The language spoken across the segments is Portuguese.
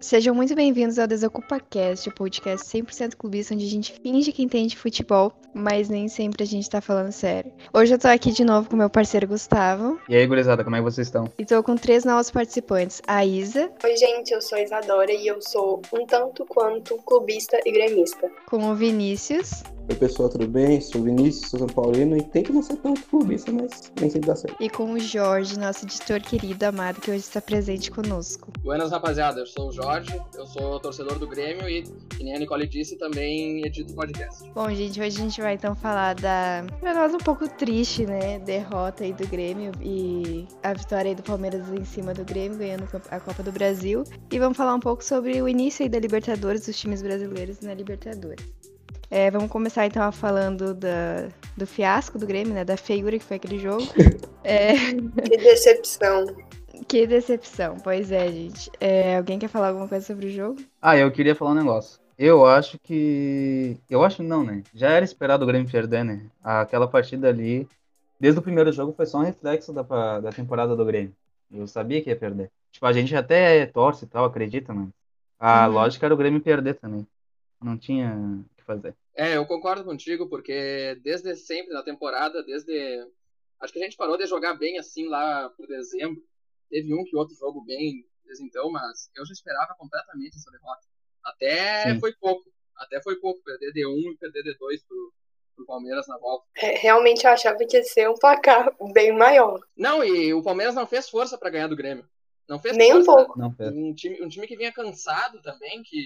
Sejam muito bem-vindos ao DesocupaCast, o podcast 100% clubista, onde a gente finge que entende futebol, mas nem sempre a gente tá falando sério. Hoje eu tô aqui de novo com meu parceiro Gustavo, E aí, gurizada, como é que vocês estão? e tô com três novos participantes, a Isa, Oi, gente, eu sou a Isadora e eu sou um tanto quanto clubista e gremista. com o Vinícius, Oi pessoal, tudo bem? Sou o Vinícius, sou São Paulino e tento não ser tanto clubista, mas nem sempre dá certo. e com o Jorge, nosso editor querido, amado, que hoje está presente conosco. Buenas, rapaziada. Eu sou o Jorge, eu sou torcedor do Grêmio e, que nem a Nicole disse, também edito podcast. Bom, gente, hoje a gente vai então falar da pra nós um pouco triste, né? Derrota aí do Grêmio e a vitória aí do Palmeiras em cima do Grêmio, ganhando a Copa do Brasil. E vamos falar um pouco sobre o início aí da Libertadores, dos times brasileiros na Libertadores. É, vamos começar então falando da, do fiasco do Grêmio, né? Da feiura que foi aquele jogo. É, Que decepção. que decepção, pois é, gente. É, alguém quer falar alguma coisa sobre o jogo? Ah, eu queria falar um negócio. Eu acho que. Eu acho não, né? Já era esperado o Grêmio perder, né? Aquela partida ali, desde o primeiro jogo, foi só um reflexo da, pa- da temporada do Grêmio. Eu sabia que ia perder. Tipo, a gente até torce e tal, acredita, mano. A Uhum. lógica era o Grêmio perder também. Não tinha o que fazer. É, eu concordo contigo, porque desde sempre na temporada, desde. Acho que a gente parou de jogar bem assim lá por dezembro. Teve um que outro jogo bem desde então, mas eu já esperava completamente essa derrota. Até Sim. foi pouco. Até foi pouco. Perder de um e perder de dois pro, pro Palmeiras na volta. É, Realmente eu achava que ia ser um placar bem maior. Não, e o Palmeiras não fez força pra ganhar do Grêmio. Não fez Nem um força. pouco. Não, fez. Um time, um time que vinha cansado também, que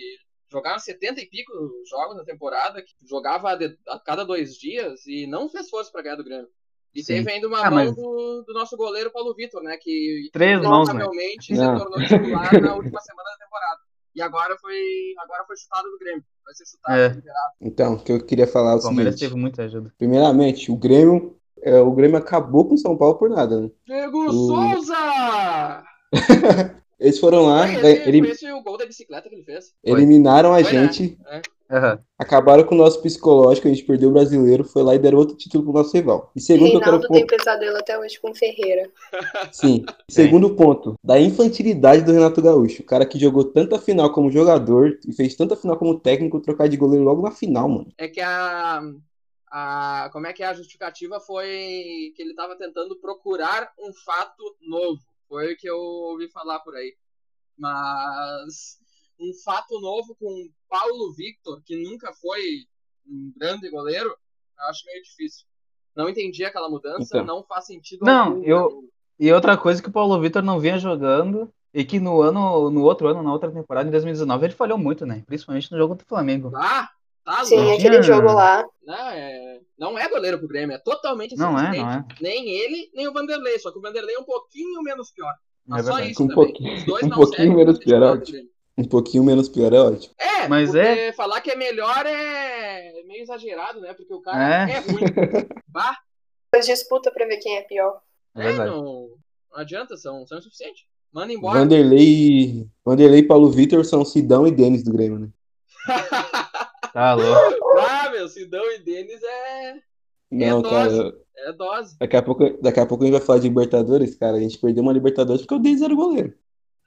jogava 70 e pico jogos na temporada, que jogava a, de- a cada dois dias e não fez força pra ganhar do Grêmio. E Sim. teve ainda uma Ah, mão mas- do, do nosso goleiro Paulo Vitor, né? Que Três mãos, né? provavelmente se Não. tornou titular na última semana da temporada. E agora foi, agora foi chutado do Grêmio. Vai ser chutado. É. liberado. Então, o que eu queria falar é o O Palmeiras seguinte. teve um- muita ajuda. Primeiramente, o Grêmio, é, o Grêmio acabou com o São Paulo por nada, né? Diego O- Ah, Souza! Eles foram lá, Foi é, gan- esse, elim- foi esse o gol da bicicleta que ele fez. Foi. eliminaram a Foi, né? gente, Aham. acabaram com o nosso psicológico, a gente perdeu o brasileiro, foi lá e deram outro título pro nosso rival. E segundo, eu quero Reinaldo tem ponto, pesadelo até hoje com Ferreira. sim, segundo ponto, da infantilidade do Renato Gaúcho, o cara que jogou tanta final como jogador e fez tanta final como técnico, trocar de goleiro logo na final, mano. é que a, a como é que é? a justificativa foi que ele estava tentando procurar um fato novo. Foi o que eu ouvi falar por aí. Mas um fato novo com um Paulo Victor, que nunca foi um grande goleiro, eu acho meio difícil. Não entendi aquela mudança, Então. não faz sentido Não, algum. eu- E outra coisa que o Paulo Vitor não vinha jogando e que no ano, no outro ano, na outra temporada, em 2019, ele falhou muito, né? Principalmente no jogo do Flamengo. Ah, tá Sim, Não louco. aquele tinha- jogo lá. Não é, não é goleiro pro Grêmio, é totalmente Não é, insuficiente. não é. Nem ele, nem o Vanderlei, só que o Vanderlei é um pouquinho menos pior. É Mas só verdade. isso Um também. pouquinho- Os dois um não pouquinho servem pra menos ser titular do pior, Grêmio. Um pouquinho menos pior, é ótimo. É, Mas mas é- é. Falar que é melhor é meio exagerado, né? Porque o cara É. é, ruim. Bah, Depois disputa pra ver quem é pior. É é, verdade. não, não adianta, são, são insuficientes. Manda embora. Vanderlei, Vanderlei e Paulo Vitor são Sidão e Denis do Grêmio, né? Tá louco. Ah, meu, Sidão e Denis é, Não, dose. cara, é dose. daqui a, pouco, daqui a pouco a gente vai falar de Libertadores, cara. A gente perdeu uma Libertadores porque o Denis era o goleiro.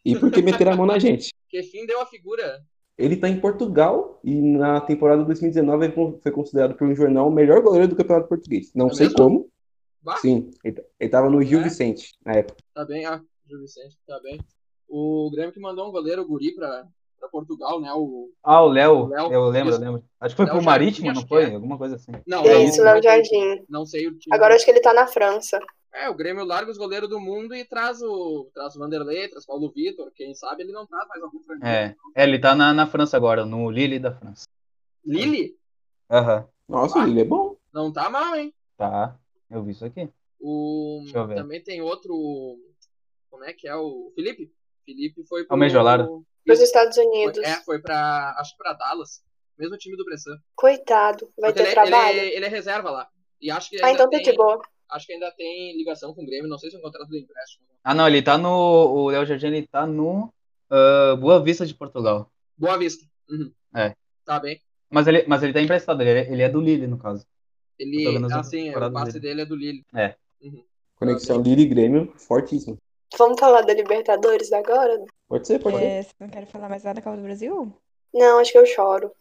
E porque meteram a mão na gente. Que fim deu a figura. Ele tá em Portugal e na temporada 2019 ele con- foi considerado por um jornal o melhor goleiro do Campeonato Português. Não É sei mesmo? como. Bah. Sim, ele, ta- ele tava no Gil É? Vicente na época. Tá bem, ah, Gil Vicente, tá bem. O Grêmio que mandou um goleiro guri pra, pra Portugal, né? O, Ah, o Léo, Léo, eu lembro, eu isso. lembro. Acho que foi Léo pro Jardim, Marítimo, não acho que foi? é. Alguma coisa assim. não, É não- isso, Léo não sei o Jardim. time, Não sei o time. Agora acho que ele tá na França. É, o Grêmio larga os goleiros do mundo e traz o, traz o Vanderlei, traz Paulo Vitor, quem sabe ele não traz mais algum franquia. É, é ele tá na, na França agora, no Lille da França. Lili? Aham, Nossa, Ah. ele é bom. Não tá mal, hein? tá. Eu vi isso aqui. O, Deixa eu ver. também tem outro. Como é que é? O Felipe? Felipe foi É o Mejolaro. Pros Estados Foi, Unidos. é, foi pra. Acho que pra Dallas. Mesmo time do Bressan. Coitado, vai Só que ter ele, é- trabalho. Ele, ele é reserva lá. E acho que Ah, ainda então tá tem, de boa. acho que ainda tem ligação com o Grêmio. Não sei se é um contrato de empréstimo. Ah, não, ele tá no. O Léo Jardim, ele tá no ah, Boa Vista de Portugal. Boa vista. Uhum. É. Tá bem. Mas ele, mas ele tá emprestado, ele é, ele é do Lille, no caso. Ele, Tô vendo as assim, o temporadas passe dele. dele é do Lille. Conexão Lille e Grêmio, fortíssimo. Vamos falar da Libertadores agora? Pode ser, pode ser. É, você não quer falar mais nada da Copa do Brasil? Não, acho que eu choro.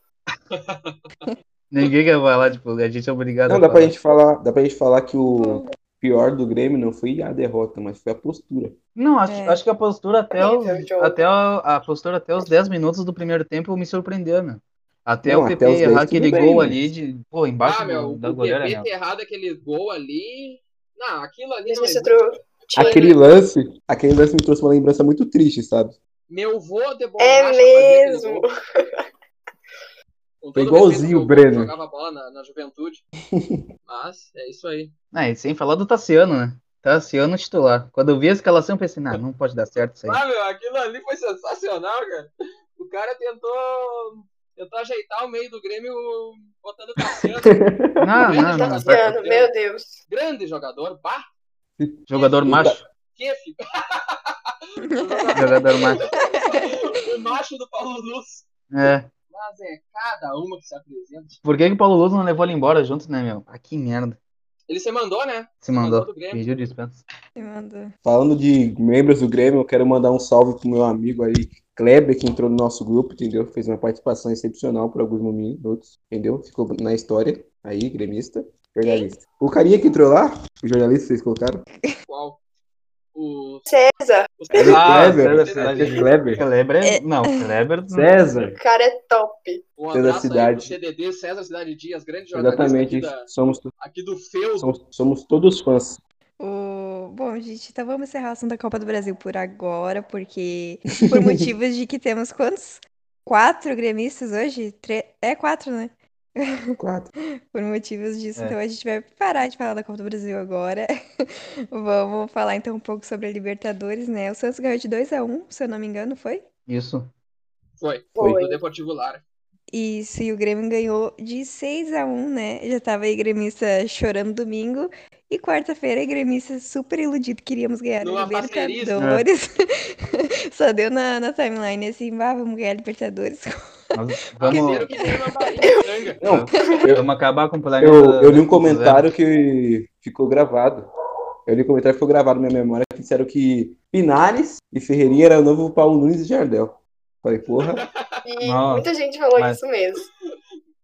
Ninguém quer falar, tipo, a gente é obrigado Não, a dá pra falar. gente falar, dá pra gente falar que o pior do Grêmio não foi a derrota, mas foi a postura. Não, acho, É. acho que a postura até os, Horrível jogo. até a, a postura até os 10 minutos do primeiro tempo me surpreendeu, meu. Até Não, o até PP os 10 errar tudo aquele bem, gol mas- ali de, pô, embaixo Ah, meu, do- da o goleira, né? PP meu. ter errado aquele gol ali. Não, aquilo ali. Mas não você existe. trou- tinha- né? Aquele lance, aquele lance me trouxe uma lembrança muito triste, sabe? Meu vô de borracha É fazia aquele mesmo. Tá gol. Com Foi todo respeito igualzinho ao o Brenner. Jogava bola na, na juventude. Mas é isso aí. Ah, e sem falar do Tassiano, né? Tassiano titular. Quando eu vi a escalação, eu pensei, não, não pode dar certo isso aí. Ah, meu, aquilo ali foi sensacional, cara. O cara tentou, tentou ajeitar o meio do Grêmio botando o Cassiano. Não, não, Grande não. tá jogador, Luciano, meu Deus. Grande jogador, bah, Tá. Jogador macho. que fica. Jogador macho. o macho do Paulo Luz. É. Mas é cada uma que se apresenta. Por que, que o Paulo Luz não levou ele embora junto, né, meu? Ah, que merda. Ele se mandou, né? Se mandou. Mandou do Grêmio. Pediu dispensa. Me manda. Falando de membros do Grêmio, eu quero mandar um salve pro meu amigo aí, Kleber, que entrou no nosso grupo, entendeu? Fez uma participação excepcional por alguns minutos, entendeu? Ficou na história aí, gremista, jornalista. O carinha que entrou lá, o jornalista que vocês colocaram, Qual? O. César, o Kleber, Ah, Kleber, Kleber, aquele Kleber, Kleber é... Não, Kleber... César, o cara é top. Um César abraço aí pro Cidade. CDD, César Cidade Dias, grande jornalista exatamente, aqui, da- somos, aqui do Feudo. somos, somos todos fãs. O... Bom, gente, então vamos encerrar o assunto da Copa do Brasil por agora, porque por motivos de que temos quantos? Quatro gremistas hoje? Tre- É quatro, né? Quatro. Por motivos disso, É. então a gente vai parar de falar da Copa do Brasil agora. Vamos falar então um pouco sobre a Libertadores, né? O Santos ganhou de 2 a 1, se eu não me engano, foi? Isso. Foi, Foi. do Deportivo Lara. Isso, e o Grêmio ganhou de 6 a 1, né? Já tava aí gremista chorando domingo. E quarta-feira, aí gremista super iludido, queríamos ganhar a Numa parceria, Libertadores. Só deu na, na timeline assim, vá, vamos ganhar a Libertadores. Nós Vamos... vamos... que tem uma barriga. Não, Tá Vamos acabar com o planeta... eu, eu li um comentário que ficou gravado. Eu li um comentário que ficou gravado na minha memória que disseram que Pinares e Ferreirinha era o novo Paulo Nunes e Jardel. Falei, porra, E Nossa, muita gente falou mas- isso mesmo.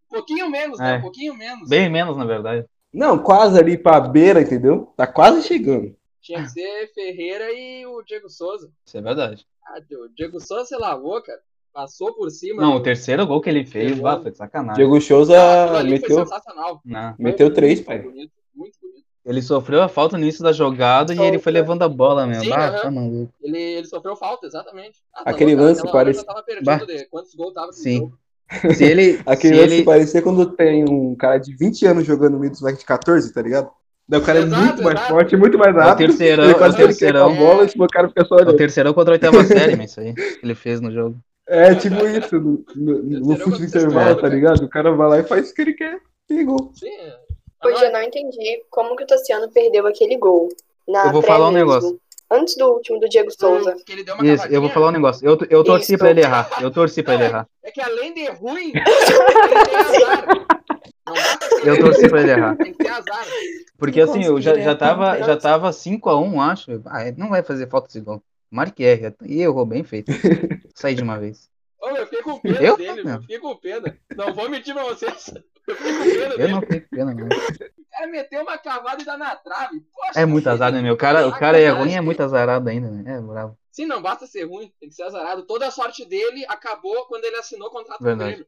pouquinho menos, né? É. pouquinho menos. Bem menos, na verdade. não, quase ali pra beira, entendeu? Tá quase chegando. Tinha que ser Ferreira e o Diego Souza. Isso é verdade. Ah, o Diego Souza se lavou, cara. Passou por cima. Não, o terceiro gol que ele fez, Pegou. bah, foi de sacanagem. Diego Aquilo Souza ali foi meteu, sensacional. Não. meteu Foi três, muito pai. bonito, muito bonito. Ele sofreu a falta no início da jogada e ele foi levando a bola, meu. Sim, Ah, aham. tá maluco. Ele, ele sofreu falta, exatamente. Ah, Aquele louco, lance naquela que hora eu parece- já tava perdido Bah. de quantos gols tava no Sim. jogo. Se ele. se Aquele lance ele... é parecia quando tem um cara de 20 anos jogando no meio dos moleques de 14, tá ligado? Daí o cara Exato, é muito mais exato. forte, muito mais É o rápido. terceirão, ele é o quase que ele quer com a terceirão. bola e tipo, o cara fica só É o olhando. terceirão contra a oitava série, mas isso aí. que Ele fez no jogo. É tipo isso, no, no, no Terceirão fute de terceirão, intervalo, tá né? ligado? O cara vai lá e faz o que ele quer. Pegou. Sim. é. Hoje eu não entendi como que o Tassiano perdeu aquele gol. Na Eu vou pré falar um mesmo. negócio. Antes do último do Diego Souza. Que ele deu uma Isso, eu vou cavadinha. falar um negócio. Eu, eu torci Isso. pra ele errar. Eu torci pra ele errar. É que além de ruim, ele tem azar. Não dá pra ser Eu ruim, torci pra ele errar. Tem que ter azar. Porque assim, eu já, já tava, já tava 5x1, acho. Ah, não vai fazer falta esse gol. Marque R. E errou bem feito. Saí de uma vez. Ô, meu, eu fiquei com pena Eu? dele, Não. meu. Eu fiquei com pena. Não vou mentir pra vocês. Eu fiquei com pena Eu dele. não fiquei com pena, não. O cara meteu uma cavada e dá na trave. Poxa, É muito azar, né, meu? O cara, o cara é ruim, é muito azarado ainda, né? É bravo. Sim, não basta ser ruim, tem que ser azarado. Toda a sorte dele acabou quando ele assinou o contrato Verdade. com o Grêmio.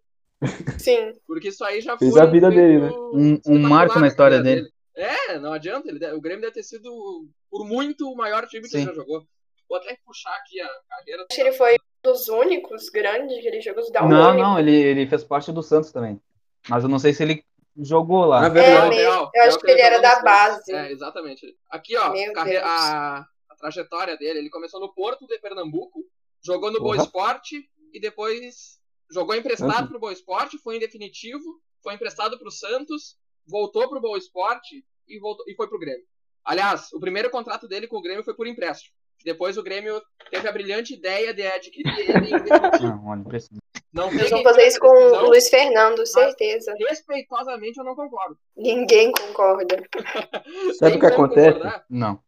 Sim. Porque isso aí já Fez foi a vida dele, né? feito Um- um espetacular marco na história carreira É, não adianta. ele de- o Grêmio deve ter sido, por muito, o maior time que Sim. ele já jogou. Vou até puxar aqui a carreira. Acho que ele foi um dos únicos grandes que ele jogou os down Não, não, ele, ele fez parte do Santos também. Mas eu não sei se ele jogou lá. Na É, Ah, verdade, mesmo. Real, Eu Real acho que ele jogou era no da Santos. base. É, exatamente. Aqui, ó, Meu carre- Deus. a, a trajetória dele. Ele começou no Porto de Pernambuco, jogou no Boa Porra. Esporte e depois jogou emprestado Santos. pro Boa Esporte, foi em definitivo, foi emprestado pro Santos, voltou pro Boa Esporte e, voltou, e foi pro Grêmio. Aliás, o primeiro contrato dele com o Grêmio foi por empréstimo. Depois o Grêmio teve a brilhante ideia de adquirir ele em definitivo. Não, olha, impressionante. Não tem Eles vão quem fazer tome isso essa com decisão. o Luiz Ah. Fernando, certeza. Respeitosamente, eu não concordo. Ninguém concorda. Sabe Tem o que como acontece? concordar? Não.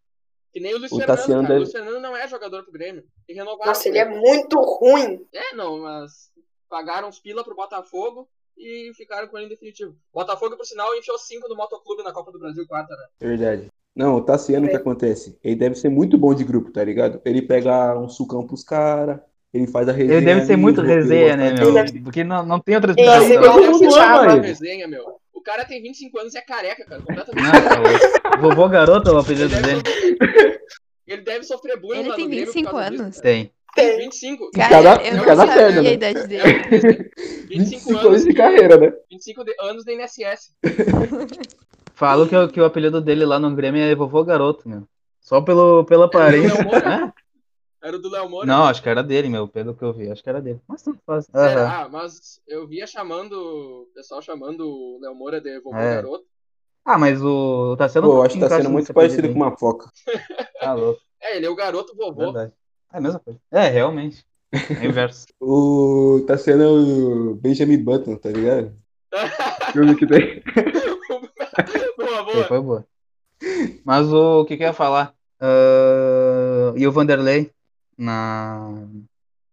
Que nem o Luiz O Fernando, Tassiano cara. O deve- Luiz Fernando não é jogador pro Grêmio. Tem que renovar. Nossa, ele é muito ruim. É, não, mas pagaram os pila pro Botafogo e ficaram com ele em definitivo. Botafogo, por sinal, encheu cinco no Motoclube na Copa do Brasil quarta, né? É Verdade. É. Não, o Tassiano, o que acontece? Ele deve ser muito bom de grupo, tá ligado? Ele pega um sucão pros caras, ele faz a resenha. Ele deve ser ali, muito o roteiro resenha, né, gosta meu? dele. Porque não, não tem outra Ele- explicação. Eu Ele não deve vou ser lá, a própria velho. resenha, meu. O cara tem 25 anos e é careca, cara. Não, Completamente. tá louco. Vovô garoto, o Ele apelido deve, dele. sofrer... ele deve sofrer bullying Ele lá tem no Grêmio por 25 causa disso, anos. cara. Tem. Tem Tem. 25. Em cada- eu em não cada sabia perna, a né? idade É, dele. 25 anos anos, de carreira, né? 25 de- anos da NSS. Falam que, o- que o apelido dele lá no Grêmio é vovô garoto, meu. Só pelo, pela aparência. Não, amor. Hã? Era o do Léo Moura. Não, acho que era dele, meu, pelo que eu vi. Acho que era dele. Mas tá tanto faz. Aham. Será? Ah, Mas eu via chamando, o pessoal chamando o Léo Moura de vovô É. garoto. Ah, mas o tá sendo Pô, eu acho que tá sendo muito parecido com uma foca. Tá louco, É, ele é o garoto vovô. verdade. É a mesma coisa. É, realmente. É inverso. O Tassiano é o Benjamin Button, tá ligado? Filme que tem. boa, Aí boa. foi boa. Mas o, o que que eu ia falar? Ah, e o Vanderlei na,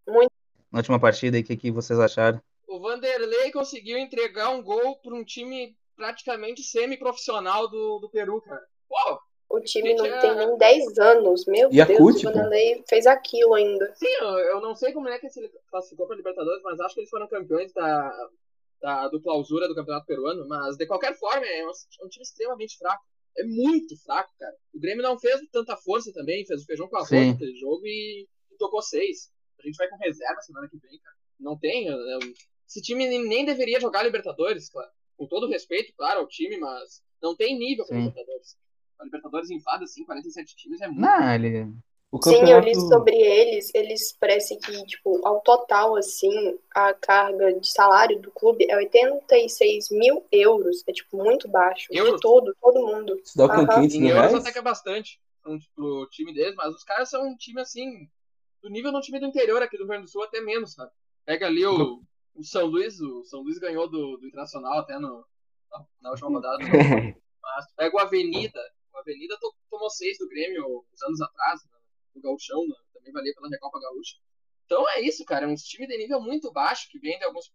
Muito. na última partida, e o que, que vocês acharam? O Vanderlei conseguiu entregar um gol para um time praticamente semi-profissional do, do Peru, cara. Uau! O time Gente, é- não tem nem 10 anos. Meu é E a Deus, Cut, o pô. Vanderlei fez aquilo ainda. Sim, Assim, eu, eu não sei como é que ele classificou para Libertadores, mas acho que eles foram campeões da, da, do clausura do Campeonato Peruano. Mas, de qualquer forma, é um, é um time extremamente fraco. É muito fraco, cara. O Grêmio não fez tanta força também, fez o feijão com arroz Sim. naquele jogo e, e tocou seis. A gente vai com reserva semana que vem, cara. Não tem. é- é- esse time nem nem deveria jogar Libertadores, claro. Com todo respeito, claro, ao time, mas não tem nível para Sim. Libertadores. A Libertadores enfada, assim, 47 times é muito. Não, ele. O Sim, eu li campeonato- sobre eles. Eles parecem que, tipo, ao total, assim, a carga de salário do clube é 86 mil euros. É, tipo, muito baixo. Euros? De todo, todo mundo. Isso dá o né? quê? Aham. 500 Em mil euros reais? até que é bastante pro, pro time deles, mas os caras são um time assim, do nível de um time do interior aqui do Rio Grande do Sul, até menos, sabe? Pega ali o, o São Luís, o São Luís ganhou do, do Internacional até no, na, na última rodada. Mas tu pega o Avenida, o Avenida to- tomou seis do Grêmio uns anos atrás, né? no Gauchão, né? também valia pela Recopa Gaúcha. Então é isso, cara, é um time de nível muito baixo que vem de alguns,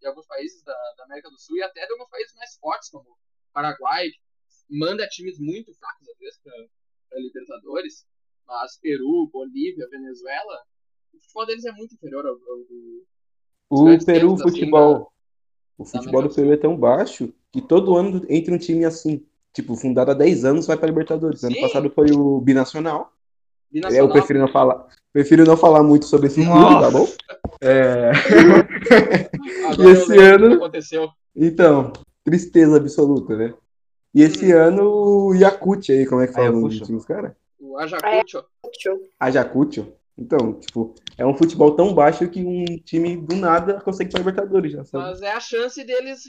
de alguns países da, da América do Sul e até de alguns países mais fortes, como o Paraguai, que manda times muito fracos às vezes para Libertadores, mas Peru, Bolívia, Venezuela, o futebol deles é muito inferior ao, ao do. O Peru, o Assim, Tá futebol. O futebol da- do Peru é tão baixo que todo ano entra um time assim. Tipo, fundado há 10 anos, vai pra Libertadores. Ano Sim. passado foi o Binacional. É, Binacional. Eu prefiro não falar. Prefiro não falar muito sobre esse clube, Nossa. tá bom? É, Agora eu esse lembro o que ano- aconteceu. Então, tristeza absoluta, né? E esse Hum. ano o Yakut aí, como é que fala o nome do Ayacucho. time dos caras? O Ajacucho. Útil. Ajacúcio. Então, tipo, é um futebol tão baixo que um time do nada consegue pra Libertadores, já sabe? Mas é a chance deles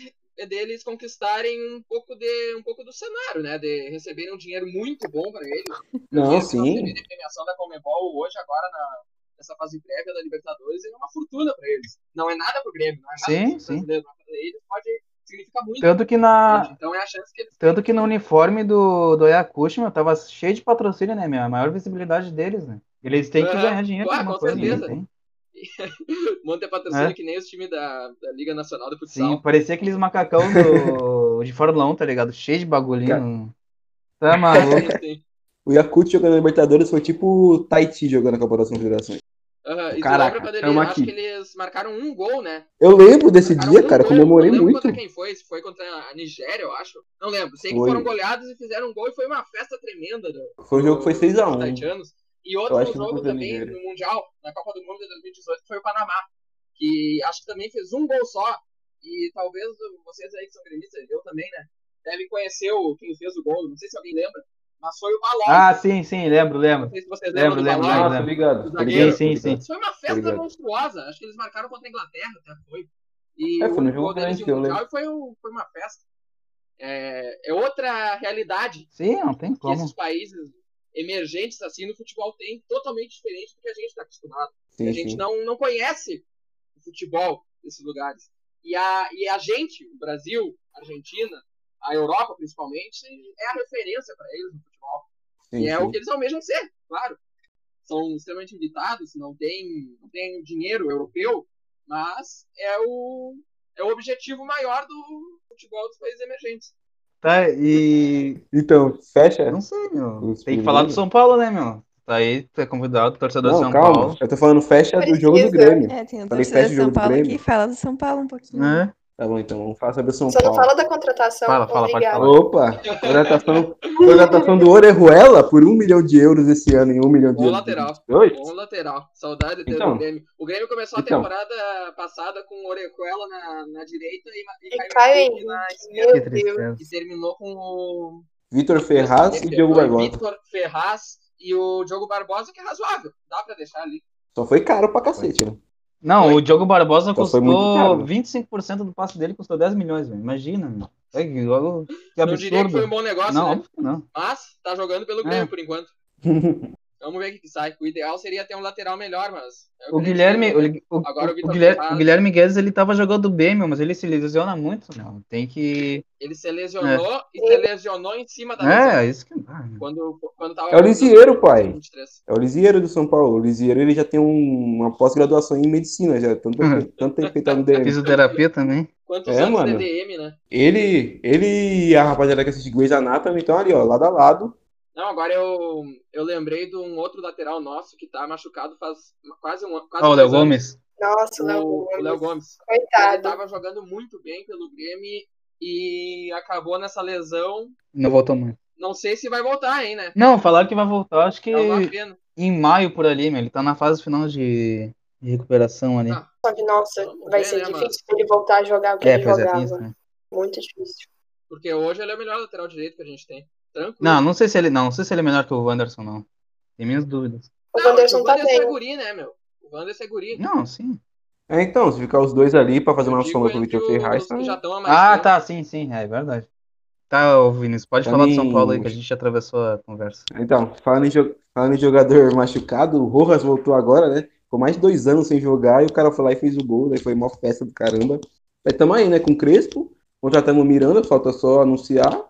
deles conquistarem um pouco de um pouco do cenário, né? De receberem um dinheiro muito bom para eles. Não, Eles vão sim. receber a premiação da Comebol hoje agora na nessa fase prévia da Libertadores é uma fortuna para eles. Não é nada pro Grêmio, não é nada Sim, pro sim. brasileiro, mas pra eles pode significar muito. Tanto que na. Então é a chance que eles Tanto que no uniforme do, do Ayacucho, meu, tava cheio de patrocínio, né, meu? A maior visibilidade deles, né? Eles têm que Aham. ganhar dinheiro. Claro, alguma com coisa, né? certeza. Tem. manter patrocínio É. que nem os times da, da Liga Nacional de Sim, Futsal. parecia aqueles macacão do, de Fórmula 1, tá ligado? Cheio de bagulhinho. Tá maluco. Eles têm. O Yakut jogando na Libertadores foi tipo o Tahiti jogando a Copa das Confederações. Aham, e tu Caraca, lembra quando ele- tamo acho aqui. que eles marcaram um gol, né? Eu lembro desse Marcaram dia, um cara, gol, comemorei não lembro muito. contra quem foi, se foi contra a Nigéria, eu acho. Não lembro. Sei que Foi. foram goleados e fizeram um gol e foi uma festa tremenda. né? Do, Foi um jogo que foi É 6x1. Taitianos. E Eu outro acho que foi jogo contra a também Nigéria. no Mundial, na Copa do Mundo de 2018, foi o Panamá. Que acho que também fez um gol só. E talvez vocês aí que são gremistas, eu também, né? Devem conhecer o, quem fez o gol. Não sei se alguém lembra, mas foi o Balão. Ah, sim, sim, lembro, não lembro. sei se vocês lembro, lembram lembro, do lembro, Balão. lembro. ligado. Sim, né? sim, sim. Isso foi uma festa Obrigado. monstruosa. Acho que eles marcaram contra a Inglaterra, até foi. E É, foi no o jogo gol deles de grande, eu um mundial e foi, um- foi uma festa. É, é outra realidade que Sim, não tem como. esses países emergentes assim no futebol tem totalmente diferente do que a gente está acostumado. a Sim, gente sim. não, não conhece o futebol desses lugares. E a, e a gente, o Brasil, a Argentina, a Europa principalmente, é a referência para eles no futebol. Sim, E é o sim. que eles almejam ser, claro. São extremamente limitados, não tem, não tem dinheiro europeu, mas é o, é o objetivo maior do futebol dos países emergentes. Tá, e. Então, fecha. Eu não sei, meu. Os Tem que falar do primeiros. São Paulo, né, meu? Tá aí, tu é convidado, torcedor de Não, São calma. Paulo. Eu tô falando fecha do jogo do Precisa. Grêmio. É, tem o torcedor Falei festa de de jogo São do Paulo Grêmio. aqui, fala do São Paulo um pouquinho. Né? Tá bom, então, vamos falar sobre o São Só não Paulo. fala da contratação, Fala, fala, pode obrigada. falar. Opa, tá contratação, contratação tá do Orejuela por um milhão de euros esse ano e um milhão de Bom euros. lateral. Oi? Bom lateral. Saudade dele Então. do Grêmio. O Grêmio começou Então. a temporada passada com o Orejuela na, na direita e, E Caio Caio Henrique Henrique, na esquerda. Que Meu Deus. tristeza. E terminou com o. Vitor Ferraz e Diogo Foi Barbosa. é Vitor Ferraz e o Diogo Barbosa, que é razoável. Dá pra deixar ali. Só foi caro pra cacete, né? Não, Foi. o Diogo Barbosa Então custou foi muito caro, né? 25% do passe dele, custou 10 milhões, velho. Imagina, meu. É que, olha que Não diria que foi um absurdo. bom negócio, Não, né? óbvio que não. Mas tá jogando É. pelo Grêmio por enquanto. Vamos ver o que que sai. O ideal seria ter um lateral melhor, mas. O é que a gente Guilherme, tem, né? o, o- Agora o Vitor tá o Guilherme, Ferraz. o Guilherme Guedes, ele tava jogando bem, meu, mas ele se lesiona muito, meu. Tem que. Ele se lesionou É. e se lesionou em cima da lesão. É, isso que. Ah, meu. Quando, quando tava É o Lisieiro, pai. 23. É o Lisieiro do São Paulo. O Lisieiro ele já tem um- uma pós-graduação em medicina, já. Tanto, Uhum. tanto tem feito no DM. Fisioterapia também. Quantos É, anos mano. DDM, né? Ele, ele e a rapaziada que assiste Grey's Anatomy estão ali, ó, lado a lado. Não, agora eu, eu lembrei de um outro lateral nosso que tá machucado faz quase um ano. quase Ah, Ó, o Léo dois anos. Gomes. Nossa, Léo O o Léo Gomes. Gomes. Ele Coitado. tava jogando muito bem pelo Grêmio e acabou nessa lesão. Não voltou muito. Não sei se vai voltar, hein, né? Não, falaram que vai voltar, acho que É Hum. uma pena. em maio por ali, meu. Ele tá na fase final de, de recuperação ali. Ah, Só que, nossa, Vamos vai ver, ser né, mano? difícil ele voltar a jogar o que é, ele pois é, tem isso, jogava. né? Muito difícil. Porque hoje ele é o melhor lateral direito que a gente tem. Tranquilo. Não, não sei se ele. Não, não sei se ele é melhor que o Wanderson, não. Tem minhas dúvidas. O Não, Wanderson tá é bem. guri, né, meu? O Wanderson é guri. Não, sim. É, então, se ficar os dois ali pra fazer Eu uma digo sombra pro entre Vitor Ferraz, os que tá- já estão há mais Ah, tempo. tá, sim, sim, é verdade. Tá, ô Vinícius, pode Pra falar do mim, São Paulo aí que a gente atravessou a conversa. Então, falando em, jo- falando em jogador machucado, o Rojas voltou agora, né? Ficou mais de dois anos sem jogar e o cara foi lá e fez o gol, daí foi mó festa do caramba. Mas tamo aí, né? Com o Crespo, contratamos o Miranda, falta só anunciar.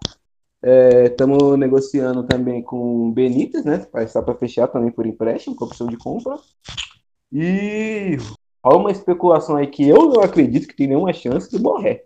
Estamos negociando também com o Benítez, né? Vai estar para fechar também por empréstimo, com opção de compra. E há uma especulação aí que eu não acredito que tem nenhuma chance do Borré.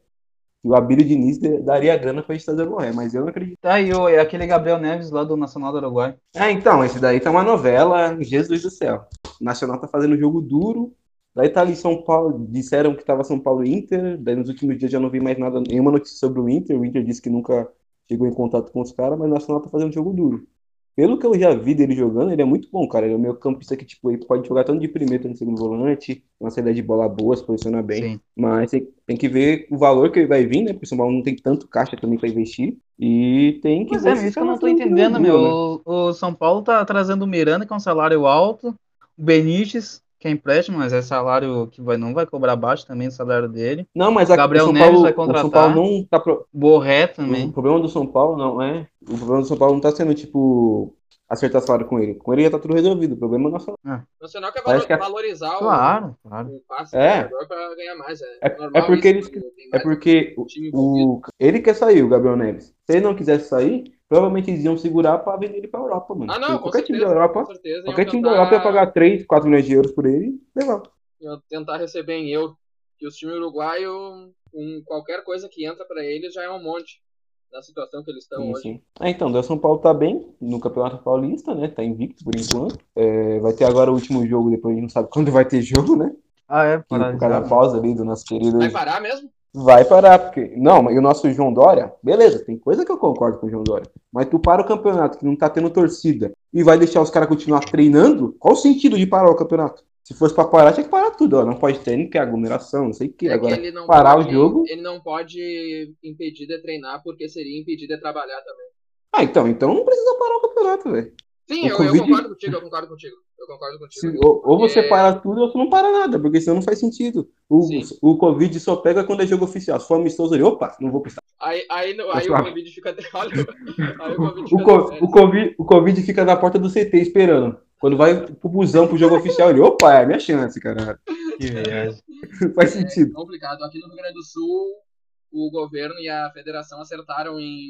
E o Abílio Diniz daria grana pra gente trazer o Borré, mas eu não acredito. Tá, e o, e aquele Gabriel Neves lá do Nacional do Uruguai. Ah, então, esse daí tá uma novela, Jesus do céu. O Nacional tá fazendo jogo duro. Daí tá ali São Paulo, disseram que tava São Paulo e Inter, daí nos últimos dias já não vi mais nada, nenhuma notícia sobre o Inter, o Inter disse que nunca chegou em contato com os caras, mas o Nacional tá fazendo jogo duro. Pelo que eu já vi dele jogando, ele é muito bom, cara. Ele é o meio campista que, tipo, ele pode jogar tanto de primeiro quanto de segundo volante, tem uma saída de bola boa, se posiciona bem. Sim. Mas tem, tem que ver o valor que ele vai vir, né? Porque o São Paulo não tem tanto caixa também pra investir. E tem que Pois ver é, se meu, isso que eu os não caras tô vão ter entendendo, orgulho, meu. né? O, o São Paulo tá trazendo o Miranda, que é um salário alto, o Benítez, que é empréstimo, mas é salário que vai, não vai cobrar baixo também o salário dele. Não, mas a, Gabriel o São Neves Paulo, vai o São contratar. Paulo não tá pro- Borré o também. problema do São Paulo não é, o problema do São Paulo não tá sendo tipo acertar salário com ele. Com ele já tá tudo resolvido, o problema é nosso. O Nacional quer Parece valo- que a- valorizar Claro, claro. o, o passe É. do jogador pra ganhar mais. É, É- normal é porque isso, eles- quando tem É mais um porque o, time envolvido. o- ele quer sair, o Gabriel Neves. Se ele não quisesse sair, provavelmente eles iam segurar pra vender ele pra Europa, mano. Ah, não, Porque com qualquer time da certeza, Europa, Com certeza, qualquer iam time da tentar- Europa ia pagar 3, 4 milhões de euros por ele e levar. iam tentar receber em euro. E os times uruguaios, um, qualquer coisa que entra pra eles já é um monte. Na situação que eles estão Sim, hoje. sim. Ah, então, daí o São Paulo tá bem no Campeonato Paulista, né? Tá invicto por enquanto. É, vai ter agora o último jogo, depois a gente não sabe quando vai ter jogo, né? Ah, é, Que, por causa da paralisado. pausa ali do nosso querido Vai parar mesmo? Vai parar, porque. Não, mas e o nosso João Dória, beleza, tem coisa que eu concordo com o João Dória. Mas tu para o campeonato que não tá tendo torcida e vai deixar os caras continuar treinando? Qual o sentido de parar o campeonato? Se fosse pra parar, tinha que parar tudo, ó. Não pode ter nem que é aglomeração, não sei o que. É que Agora, ele não parar pode- o jogo. Ele não pode impedir de treinar, porque seria impedir de trabalhar também. Ah, então, então não precisa parar o campeonato, velho. Sim, O eu, eu Covid- concordo contigo, eu concordo contigo. Eu concordo contigo. Se- Ou, ou você É. para tudo ou você não para nada, porque senão não faz sentido. O, Sim. o Covid só pega quando é jogo oficial. Se for amistoso, ele, opa, não vou precisar. Aí, aí, no- aí o Pessoal. Covid fica. Olha, aí o Covid O, fica. co- sério. o, COVID, o Covid fica na porta do CT esperando. Quando vai pro busão pro jogo oficial, ele, opa, é minha chance, cara. Que é. é viagem. Não faz sentido. complicado. Aqui no Rio Grande do Sul, o governo e a federação acertaram em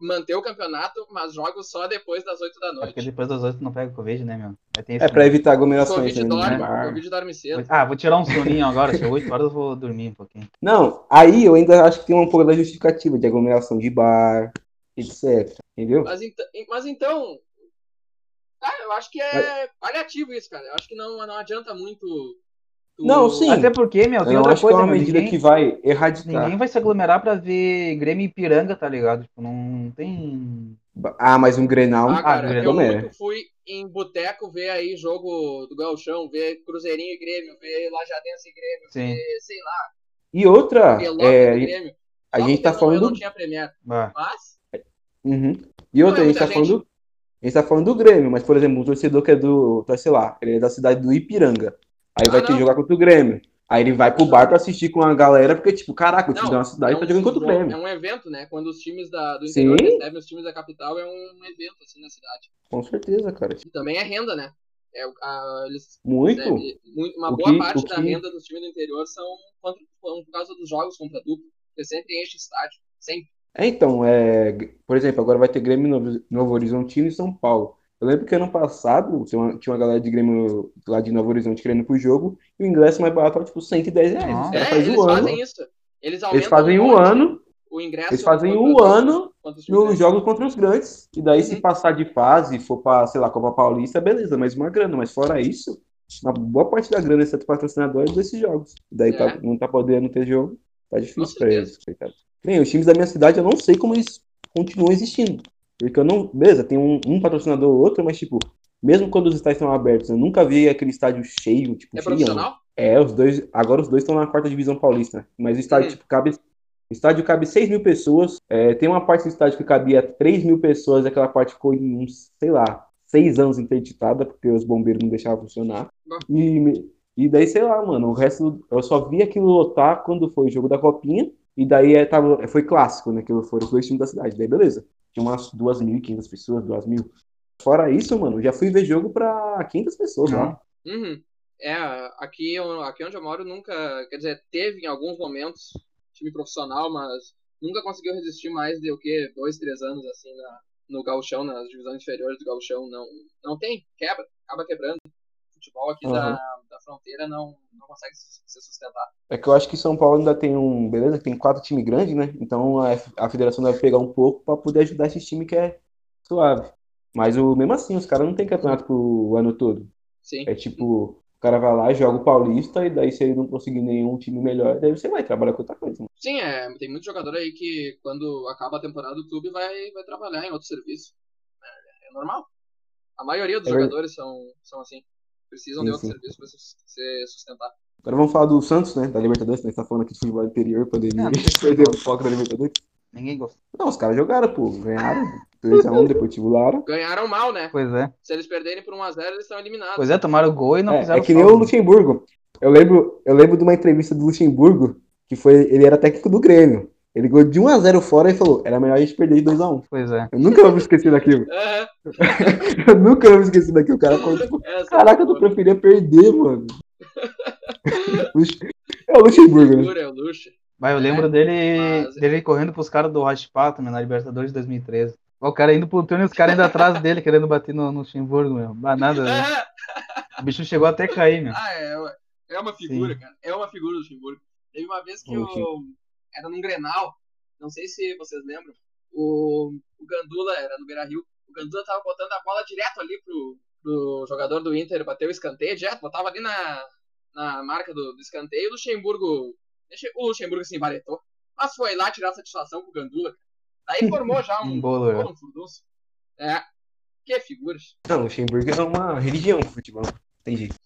manter o campeonato, mas jogo só depois das 8 da Porque noite. depois das oito não pega Covid, né, meu? Vai ter É pra evitar aglomerações Covid né, no dorme, bar. Covid dorme cedo. Ah, vou tirar um soninho agora, chegou 8 horas eu vou dormir um pouquinho. Não, aí eu ainda acho que tem um pouco da justificativa de aglomeração de bar, etc. Entendeu? Mas, ent- mas então. Cara, eu acho que é paliativo isso, cara. Eu acho que não, não adianta muito. tu- Não, sim. Até porque, meu, tem eu outra acho coisa, que é uma meu, medida ninguém, que vai erradicar. ninguém vai se aglomerar pra ver Grêmio e Piranga, tá ligado? Tipo, não tem... Ah, mas um Grenal. Ah, cara, grande eu Homem. muito fui em boteco ver aí jogo do Galchão, ver Cruzeirinho e Grêmio, ver Lajadense e Grêmio, Sim, ver, sei lá, E outra, Pelota é, né? e Grêmio. a Só gente porque é tá não- falando Eu não do. tinha Premier, bah. mas. Uhum. E outra, Não é a gente tá muita falando. A gente tá falando do Grêmio, mas, por exemplo, um torcedor que é do. Tá, sei lá, ele é da cidade do Ipiranga. Aí Ah, vai ter não. que jogar contra o Grêmio. Aí ele vai pro bar pra assistir com a galera, porque, tipo, caraca, o time Não, da nossa cidade tá jogando contra o jogo- Grêmio. É um evento, né? Quando os times da, do Sim. interior recebem os times da capital, é um evento, assim, na cidade. Com certeza, cara. E também é renda, né? É, o- a- eles Muito. recebem muito- uma O boa que- parte o da que- renda dos times do interior são contra- por causa dos jogos contra duplo, porque sempre enche estádio, sempre. É, então, é, por exemplo, agora vai ter Grêmio Novo, Novo Horizontino e São Paulo. Eu lembro que ano passado tinha uma, tinha uma galera de Grêmio lá de Novo Horizonte querendo ir pro jogo e o ingresso mais barato era tipo 110 reais. Os Nossa. caras É, fazem eles um ano, fazem isso. Eles, eles aumentam fazem um monte ano, o ingresso eles fazem contra um os- ano contra os times. nos jogos contra os grandes. E daí, se Uhum. passar de fase, for pra, sei lá, Copa Paulista, beleza, mais uma grana. Mas fora isso, uma boa parte da grana exceto patrocinadores desses jogos. Daí tá- É. não tá podendo ter jogo, tá difícil Com pra certeza. eles, coitado. Bem, os times da minha cidade, eu não sei como eles continuam existindo. Porque eu não. Beleza, tem um, um patrocinador ou outro, mas tipo, mesmo quando os estádios estão abertos, eu nunca vi aquele estádio cheio, tipo, É cheião. profissional? É, os dois. Agora os dois estão na quarta divisão paulista. né? Mas o estádio, Hum. tipo, cabe. O estádio cabe 6 mil pessoas. É, tem uma parte do estádio que cabia 3 mil pessoas, e aquela parte ficou em uns, sei lá, seis anos interditada, porque os bombeiros não deixavam funcionar. Bom. E, e daí, sei lá, mano, o resto. Eu só vi aquilo lotar quando foi o jogo da Copinha. E daí é, tava, foi clássico, né? Que foram os dois times da cidade. Daí, beleza. Tinha umas 2.500 pessoas, 2.000. Fora isso, mano, já fui ver jogo pra 500 pessoas lá. Uhum. É, aqui, eu- aqui onde eu moro nunca, quer dizer, teve em alguns momentos time profissional, mas nunca conseguiu resistir mais de o quê? Dois, três anos assim na, no gauchão, nas divisões inferiores do gauchão, não, não tem, quebra, acaba quebrando. O futebol aqui da, da fronteira não, não consegue se se sustentar. É que eu acho que São Paulo ainda tem um, beleza? Tem quatro times grandes, né? Então a, F- a federação deve pegar um pouco pra poder ajudar esses times que é suave. Mas o, mesmo assim, os caras não tem campeonato pro ano todo. Sim. É tipo, o cara vai lá, joga o Paulista, e daí se ele não conseguir nenhum time melhor, daí você vai trabalhar com outra coisa. mano. Sim, é, tem muito jogador aí que quando acaba a temporada do clube vai, vai trabalhar em outro serviço. É, é normal. A maioria dos É verdade. jogadores são, são assim. Precisam Sim, de outro sim. serviço para se, se sustentar. Agora vamos falar do Santos, né? Da Libertadores, né? A gente tá falando aqui de futebol interior, Não, pandemia, não tem perdeu o foco da Libertadores. Ninguém gosta. Não, os caras jogaram, pô, ganharam. 2x1, Deportivo Lara. Ganharam mal, né? Pois é. Se eles perderem por 1x0, eles estão eliminados. Pois é, tomaram o gol e não É, fizeram um. é que nem o falta. Luxemburgo. Eu lembro, eu lembro de uma entrevista do Luxemburgo, que foi, ele era técnico do Grêmio. Ele ganhou de 1x0 fora e falou, era melhor a gente perder de 2x1. Pois é. Eu nunca vou me esquecer daquilo. Aham, Eu nunca vou me esquecer daquilo. O cara falou, tipo, essa caraca, é eu boa. preferia perder, mano. Lux- É o Luxemburgo, né? Dura, é o luxo. Mas eu lembro dele, mas- dele correndo pros caras do Rocha Pato, meu, na Libertadores de 2013. O cara indo pro turno e os caras ainda atrás dele, querendo bater no, no Luxemburgo, meu. Mas nada, né? Ah, O bicho chegou até a cair, meu. ah, é, é uma figura, Sim. cara. É uma figura do Luxemburgo. Teve uma vez que Ô, eu era num Grenal, não sei se vocês lembram, o, o Gandula era no Beira Rio, o Gandula tava botando a bola direto ali pro, pro jogador do Inter, bateu o escanteio direto, botava ali na, na marca do, do escanteio, o Luxemburgo, deixa- o Luxemburgo se embaretou, mas foi lá tirar satisfação com o Gandula. Daí formou já um, Um bolo, né? um furdunço. É, que figuras. Não, Luxemburgo é uma religião pro futebol. Tem jeito.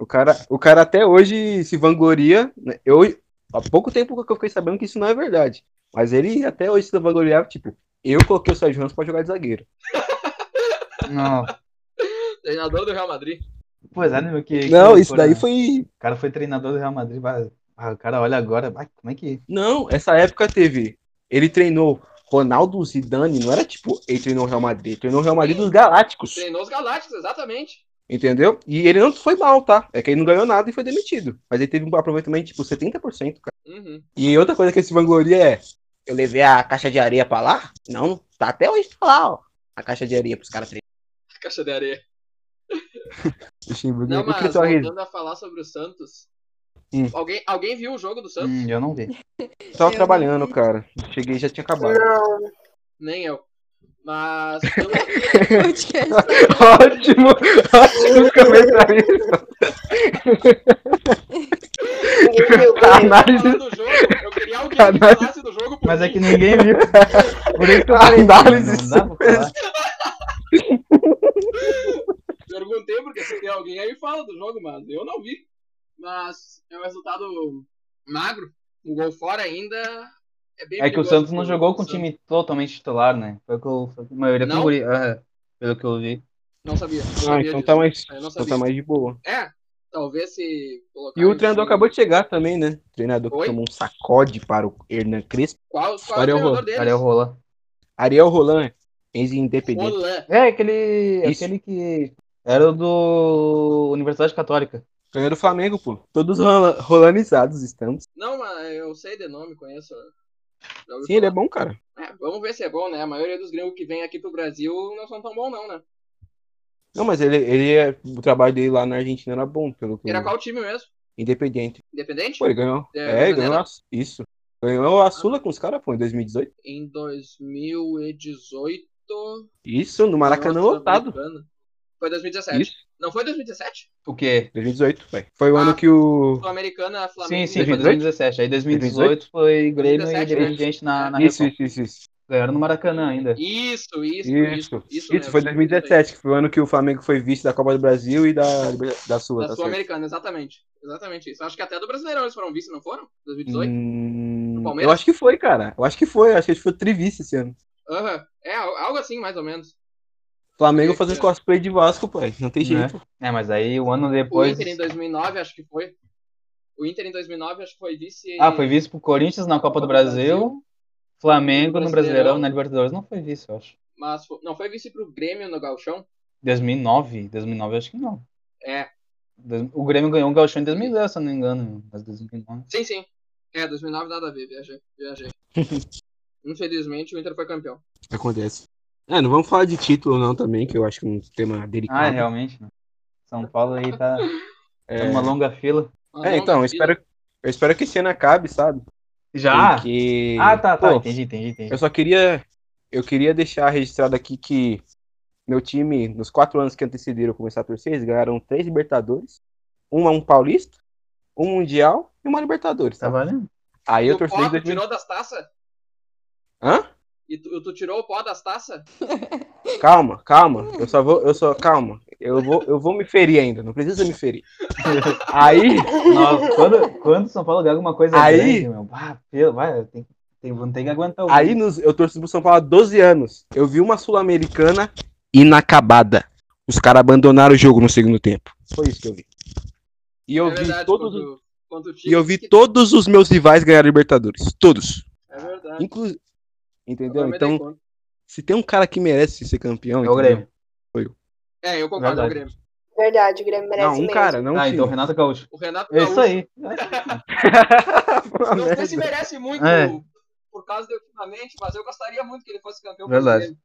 O cara, o cara até hoje se vangloria. né? Eu, há pouco tempo que eu fiquei sabendo que isso não é verdade. Mas ele até hoje se vangloriava, tipo, eu coloquei o Sérgio Ramos pra jogar de zagueiro. Não. Treinador do Real Madrid. Pois é, né, meu? Que, que Não, isso loucura, daí né? foi. O cara foi treinador do Real Madrid. vai- Ah, o cara olha agora. vai, como é que. Não, essa época teve. Ele treinou Ronaldo Zidane, não era tipo, ele treinou o Real Madrid, ele treinou o Real Madrid dos Galácticos. Treinou os Galácticos, exatamente. Entendeu? E ele não foi mal, tá? É que ele não ganhou nada e foi demitido. Mas ele teve um aproveitamento, tipo, 70%, cara. Uhum. E outra coisa que esse vangloria é: Eu levei a caixa de areia pra lá? Não, tá até hoje tá lá, ó. A caixa de areia pros caras treinar. Caixa de areia. Luxemburgo. Não, o mas tá Cristo Arriso? voltando a falar sobre o Santos. Hum. Alguém, alguém viu o jogo do Santos? Hum, eu não vi. Tava é Eu trabalhando, cara. Cheguei e já tinha acabado. Não, Nem eu. Mas pelo, Podcast. ótimo! Ótimo comentarista. um ninguém viu. tá falando do jogo, eu queria alguém que falasse do jogo por Mas é mim. que ninguém viu. Por isso que eu falei, Não Análise. dá pra falar. Perguntei porque se tem alguém aí fala do jogo, mas eu não vi. Mas é um resultado magro. Um gol fora ainda. É, bem É que o perigoso Santos não pro- jogou com pro o time totalmente titular, né? Foi o que eu, foi o que a maioria Não? com guri- Aham, pelo que eu vi. Santos. Não sabia. não Ah, sabia então disso. tá mais, Eu não então sabia. tá mais de boa. É, talvez se colocar. E o treinador acabou de chegar também, né? O treinador Oi? que tomou um sacode para o Hernan Crespo. Qual, qual é o Ariel treinador Roland. deles? Ariel Rola. Ariel Roland, ex-independente. Roland. É, aquele, Isso. aquele que era o do Universidade Católica. Ganhou do Flamengo, pô. Todos rola- rolanizados estamos. Não, mas eu sei de nome, conheço. Já ouvi Sim, ele é falar. bom, cara. É, vamos ver se é bom, né? A maioria dos gringos que vem aqui pro Brasil não são tão bons, não, né? Não, mas ele, ele é, o trabalho dele lá na Argentina era bom, pelo que Era qual time mesmo? Independente. Independente? Pô, ele ganhou. É, É, ele ganhou Brasileiro? a, isso. Ganhou a Sula com os caras, pô, em 2018. Em 2018. Isso, no Maracanã Nossa, lotado. Sul-Americana. Foi 2017. Isso. Não foi 2017? O quê? 2018, vai. Foi o Ah. ano que o. Sul-Americana, é Sim, Flamengo. sim, foi 2018? 2017. Aí 2018 foi Grêmio 2017, e né? Independiente na, na Isso, Recopa. isso, isso, isso. Ganharam no Maracanã ainda. Isso, isso, isso. Isso, isso, mesmo. foi 2017, que foi o ano que o Flamengo foi vice da Copa do Brasil e da, da Sula. Da tá certo. Sul-Americana, exatamente. Exatamente isso. Acho que até do Brasileirão eles foram vice, não foram? 2018? Hum, eu Palmeiras? acho que foi, cara. Eu acho que foi. Eu acho que a gente foi trivice esse ano. Aham. É, al- algo assim, mais ou menos. Flamengo É, fazendo cara. cosplay de Vasco, pai. Não tem Né? jeito. É, mas aí o ano O depois. Inter em 2009, acho que foi. O Inter em 2009, acho que foi vice. Ah, foi vice pro Corinthians na Copa do Brasil. Flamengo no Brasileirão, Brasileirão. na Libertadores. Não foi vice, eu acho. Mas fo- não foi vice pro Grêmio no Galchão? 2009? 2009 eu acho que não. É. Dois- O Grêmio ganhou o Gauchão em 2010, se eu não me engano. né? Mas 2009. Sim, sim. É, 2009 nada a ver, viajei, viajei. Infelizmente o Inter foi campeão. Acontece. Ah, não vamos falar de título, não, também, que eu acho que é um tema delicado. Ah, é, realmente, né? São Paulo aí tá, É. tá numa longa fila. Mas É, não, então, eu vida- espero, eu espero que esse ano acabe, sabe? Porque... Ah, tá, tá. Pô, entendi, entendi, entendi. Eu só queria. Eu queria deixar registrado aqui que meu time, nos quatro anos que antecederam eu começar a torcer, eles ganharam três Libertadores, um um Paulista, um Mundial e uma Libertadores. Tá Tá? valendo? Aí eu Tu torci pó, em tu 2000. tirou das taças? Hã? E tu, tu tirou o pó das taças? Calma, calma. Eu só vou. Eu só. Calma. Eu vou, eu vou me ferir ainda. Não precisa me ferir. Aí. Nossa, quando, quando São Paulo ganha alguma coisa Aí- grande, meu, bah, pelo, vai, tem, tem, vão ter que aguentar o Aí nos, eu torci pro São Paulo há 12 anos. Eu vi uma Sul-Americana inacabada. Os caras abandonaram o jogo no segundo tempo. Foi isso que eu vi. E eu é vi verdade, todos os. quando, quando o E eu vi Tigres- todos os meus rivais ganhar Libertadores. Todos. É verdade. Inclu... Eu Entendeu? também dei Então, conta. se tem um cara que merece ser campeão. É o entendeu? Grêmio. É, eu concordo com o Verdade. Grêmio. Verdade, o Grêmio merece Não, um mesmo. cara, não um Ah, time. então Renato Gaúcho. O Renato É isso Gaúcho aí. Uma Não merda. sei se merece muito É. por causa do equipamento, mas eu gostaria muito que ele fosse campeão. Verdade. brasileiro.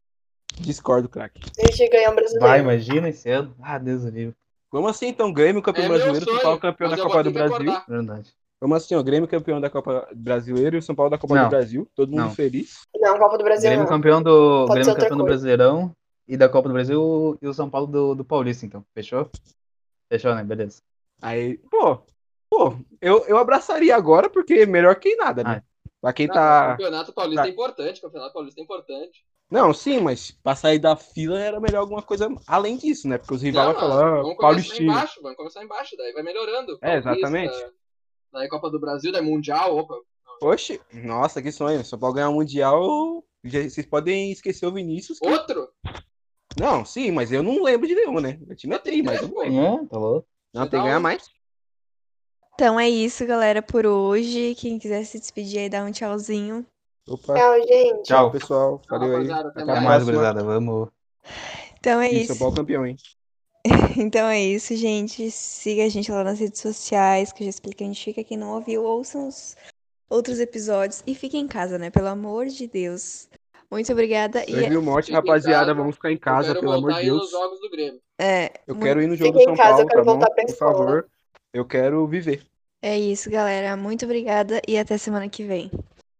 Discordo, craque. A gente ganhou um brasileiro. Vai, imagina esse ano. Ah, Deus do livro. Vamos assim, então, Grêmio campeão É meu brasileiro, São sonho, Paulo campeão mas da eu vou Copa do ter que Brasil. acordar. Verdade. Vamos assim, ó, Grêmio campeão da Copa brasileira e o São Paulo da Copa Não. do Brasil. Todo mundo Não. feliz. Não, Copa do Brasil Grêmio não. campeão do, um- Pode ser Grêmio outra campeão do coisa. Brasileirão e da Copa do Brasil e o São Paulo do, do Paulista, então. Fechou? Fechou, né? Beleza. Aí, pô, pô, eu, eu abraçaria agora porque melhor que nada, né? Ah. Pra quem Não, tá. Campeonato Paulista tá. é importante, Campeonato Paulista é importante. Não, sim, mas pra sair da fila era melhor alguma coisa além disso, né? Porque os rivais Não, vão mas falar, ah, vamos começar Paulistinho. embaixo, vamos começar embaixo, daí vai melhorando. É, Paulista, exatamente. Daí Copa do Brasil, daí Mundial, opa. Oxe, nossa, que sonho. São Paulo ganhar o Mundial. já- vocês podem esquecer o Vinícius. que- Outro? Não, sim, mas eu não lembro de nenhum, né? Eu te meti, mas eu não lembro. É, tá louco. Não, tem que ganhar mais. Então é isso, galera, por hoje. Quem quiser se despedir aí, dá um tchauzinho. Opa, Tchau, gente. tchau, Tchau. pessoal. Valeu aí. rapaziada, até Até Até a mais. mais, próxima. gurizada. Vamos. Então é Ih, São isso. Paulo campeão, hein? Então é isso, gente. Siga a gente lá nas redes sociais, que eu já expliquei onde fica. Quem não ouviu, ouçam os outros episódios. E fiquem em casa, né? Pelo amor de Deus. Muito obrigada. E 2000 mortes, Fica em rapaziada. casa. Vamos ficar em Eu casa, quero pelo amor voltar de aí Deus. nos jogos do Grêmio. é, Eu mu- quero ir no jogo do Fica em São casa, eu Paulo, quero tá bom? voltar pra Por escola. favor. Eu quero viver. é isso, galera. Muito obrigada e até semana que vem.